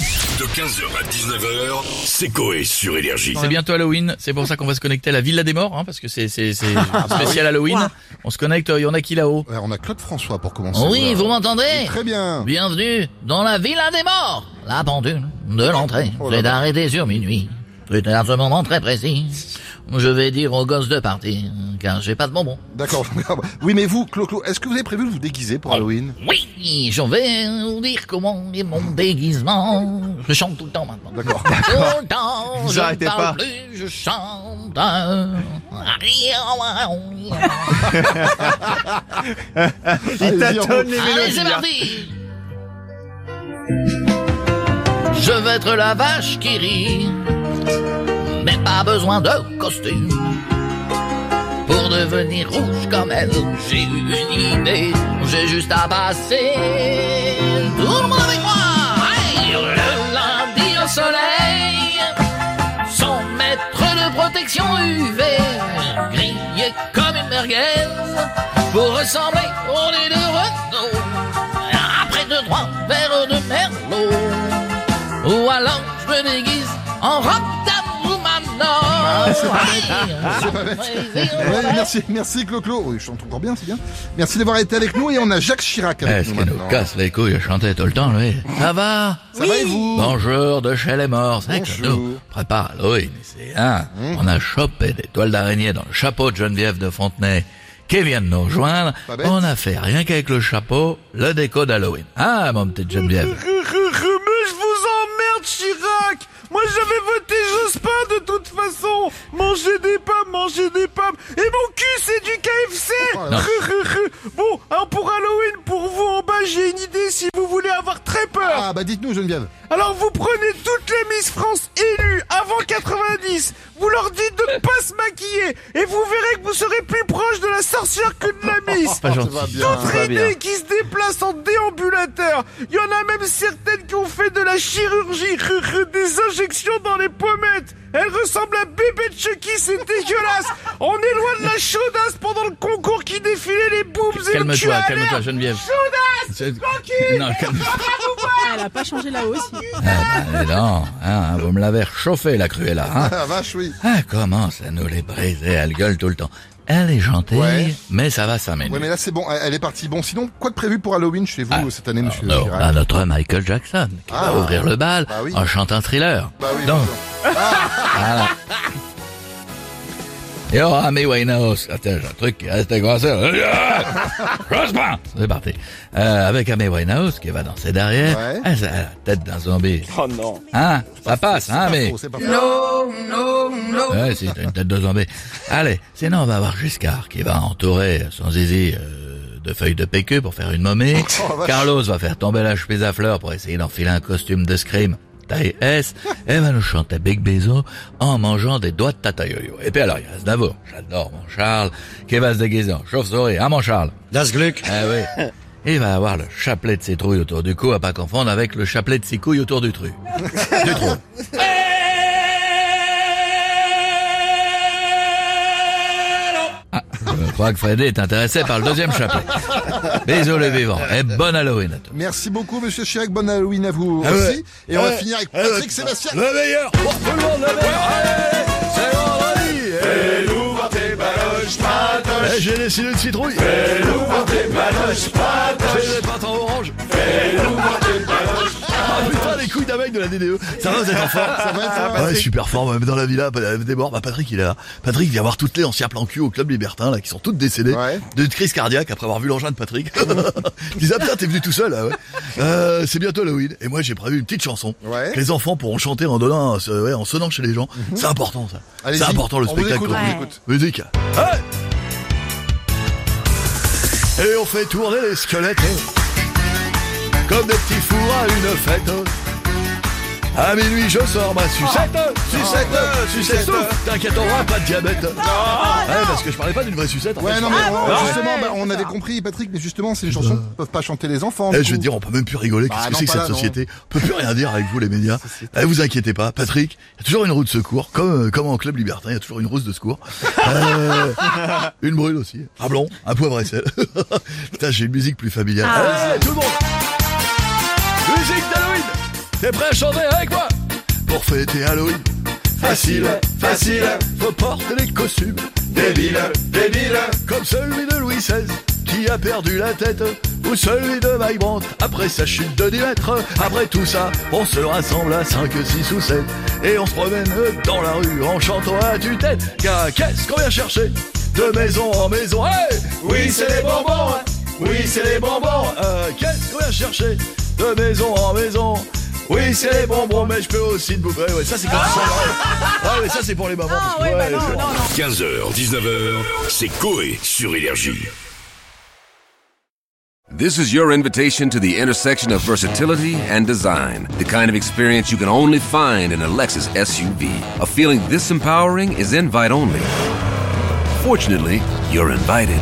De 15h à 19h, c'est Coé sur Énergie. C'est bientôt Halloween, c'est pour ça qu'on va se connecter à la Villa des Morts, hein, parce que c'est c'est- c'est spécial Halloween. On se connecte, il y en a qui là-haut Ouais, Ah, on a Claude François pour commencer. Oh Oui, Voilà. vous m'entendez Très bien. Bienvenue dans la Villa des Morts La pendule de l'entrée, Oh là c'est là. arrêté sur minuit. C'est à ce moment très précis. Je vais dire aux gosses de partir, car j'ai pas de bonbons. D'accord. Oui, mais vous, Claude, Claude, est-ce que vous avez prévu de vous déguiser pour Halloween Ah. Oui, je vais vous dire comment est mon déguisement. Je chante tout le temps maintenant. D'accord. Tout le temps, Vous je ne arrêtez parle pas. plus, je chante. Allez, Il Allez-y, on tâtonne les mélodies. c'est parti Je veux être la vache qui rit, mais pas besoin de costume. Pour devenir rouge comme elle, j'ai eu une idée, j'ai juste à passer. Tout le monde avec moi Hey Le lundi au soleil, son maître de protection UV, grillé comme une merguez, pour ressembler au lait de Renault, après deux, trois verres de Merlot, ou alors je me déguise en robe d'amour hein, Ouais, maintenant. merci, merci Claude. Claude. Oui, je chante encore bien, c'est bien. Merci d'avoir été avec nous et on a Jacques Chirac avec Est-ce nous qu'il nous maintenant. casse les couilles à chanter tout le temps, lui Ça va Ça va et vous Bonjour de chez les morts, c'est que Bonjour. nous on prépare Halloween ici, hein. On a chopé des toiles d'araignée dans le chapeau de Geneviève de Fontenay qui vient de nous rejoindre. Pas bête. On a fait rien qu'avec le chapeau, le déco d'Halloween. Ah, mon petit Geneviève. Mais je vous emmerde, Chirac Moi, j'avais voté Jospin de toute façon Manger des pommes, manger des pommes Et mon cul, c'est du KFC la vache. Ru, ru, ru. Bon, alors pour Halloween, pour vous en bas, j'ai une idée si vous voulez avoir très peur Ah bah dites-nous Geneviève. Alors vous prenez toutes les Miss France élues avant 90, vous leur dites de ne pas se maquiller, et vous verrez que vous serez plus proche de la sorcière que de la Miss Ça va Oh, bien. D'autres idées qui se déplacent en déambulateur. Il y en a même certaines qui ont fait de la chirurgie, ru- ru, des injections dans les pommettes. Elle ressemble à bébé de Chucky, c'est dégueulasse. On est loin de la chaudasse pendant le concours qui défilait les boobs et le cul Calme-toi, à calme-toi, l'air. Geneviève. Chaudasse C'est- Tranquille Non, calme- Ah, Elle a pas changé là aussi. Ah, non, hein, vous me l'avez réchauffé, la cruella, hein. Ah vache, oui. Ah, comment ça nous les briser, elle gueule tout le temps. Elle est gentille, Ouais. mais ça va s'améliorer. Ouais, mais là c'est bon, elle est partie. Bon, sinon, quoi de prévu pour Halloween chez vous cette année, monsieur Ah. Non, Chirac à notre Michael Jackson, qui Ah. va ouvrir le bal Bah oui. en chantant thriller. Bah oui, Donc, bien sûr. il y aura Amy Winehouse. Attends, j'ai un truc qui reste coincé. Jospin C'est parti. Euh, avec Amy Winehouse qui va danser derrière. Ouais. Elle, elle a la tête d'un zombie. Oh non. Hein Ça passe, hein, C'est pas mais... faux, Oh, c'est pas faux. Ouais, si, t'as une tête de zombie. Allez, sinon on va voir Giscard qui va entourer son zizi euh, de feuilles de PQ pour faire une momie. Oh, vache. Carlos va faire tomber la chemise à fleurs pour essayer d'enfiler un costume de scream taille S. Et va nous chanter Big Bezo en mangeant des doigts de tata yo-yo. Et puis alors, il y a Aznavour. J'adore mon Charles qui va se déguiser en chauve-souris. Hein, mon Charles Das Glück. Ah oui. Il va avoir le chapelet de citrouille autour du cou à pas confondre avec le chapelet de ses couilles autour du truc. Je crois que Freddy est intéressé par le deuxième chapelet. Bisous les vivants et bon Halloween à tous. Merci beaucoup, monsieur Chirac. Bon Halloween à vous Ah aussi. Et on va finir avec Patrick Sébastien. Le meilleur. Eh, J'ai les cils de citrouille. J'ai les pattes en orange. Ah putain, les couilles d'un mec de la DDE. Ça va, vous êtes en forme Ah Ça va être ça Ouais, super fort, même dans la villa, euh, des morts. Bah, Patrick, il est là. Patrick vient voir toutes les anciens plans cul au club libertin, là, qui sont toutes décédées. Ouais. D'une crise cardiaque après avoir vu l'engin de Patrick. Ils disent, ah putain, t'es venu tout seul, là, ouais. Euh, c'est bientôt Halloween. Et moi, j'ai prévu une petite chanson. Ouais. Mhm. Que les enfants pourront chanter en donnant, euh, ouais, en sonnant chez les gens. C'est important, ça. Allez-y. C'est important, le On vous spectacle. écoute, on vous écoute. Musique. Hey Et on fait tourner les squelettes hein. comme des petits fours à une fête. hein. À minuit, je sors ma sucette, sucette, sucette, souffle. T'inquiète, on aura pas de diabète. Ouais, parce que je parlais pas d'une vraie sucette. en Ah, Ouais, fait. non, mais Ah on- bon justement, bah, on avait compris, Patrick, mais justement, c'est les chansons que peuvent pas chanter les enfants. Eh, du je veux coup. dire, on peut même plus rigoler. Qu'est-ce Bah, que non, c'est que pas cette là, non. société On peut plus rien dire avec vous, les médias. Eh, vous inquiétez pas, Patrick. Il y a toujours une roue de secours, comme euh, comme en club libertin, il y a toujours une rousse de secours. Euh, une brûle aussi, un blond, un poivre et sel. Ah, Putain, j'ai une musique plus familiale. Eh, tout le monde. Musique d'Halloween. T'es prêt à chanter avec moi Pour fêter Halloween Facile, facile Faut porter les costumes Débile, débile Comme celui de Louis XVI qui a perdu la tête Ou celui de Mike Brandt après sa chute de 10 mètres Après tout ça, on se rassemble à 5, 6 ou 7 Et on se promène dans la rue en chantant à tue-tête Car qu'est-ce qu'on vient chercher De maison en maison Hey Oui c'est les bonbons hein. oui, c'est les bonbons. Euh, Qu'est-ce qu'on vient chercher de maison en maison Oui, c'est les bonbons, mais je peux aussi te bouffer. Ouais, ça c'est comme ça. ouais. Ah, mais ça c'est pour les mamans. parce que, ouais, bah ouais, non, je- non, non. 15h, 19h, c'est Coé sur Énergie. This is your invitation to the intersection of versatility and design. The kind of experience you can only find in a Lexus SUV. A feeling this empowering is invite only. Fortunately, you're invited.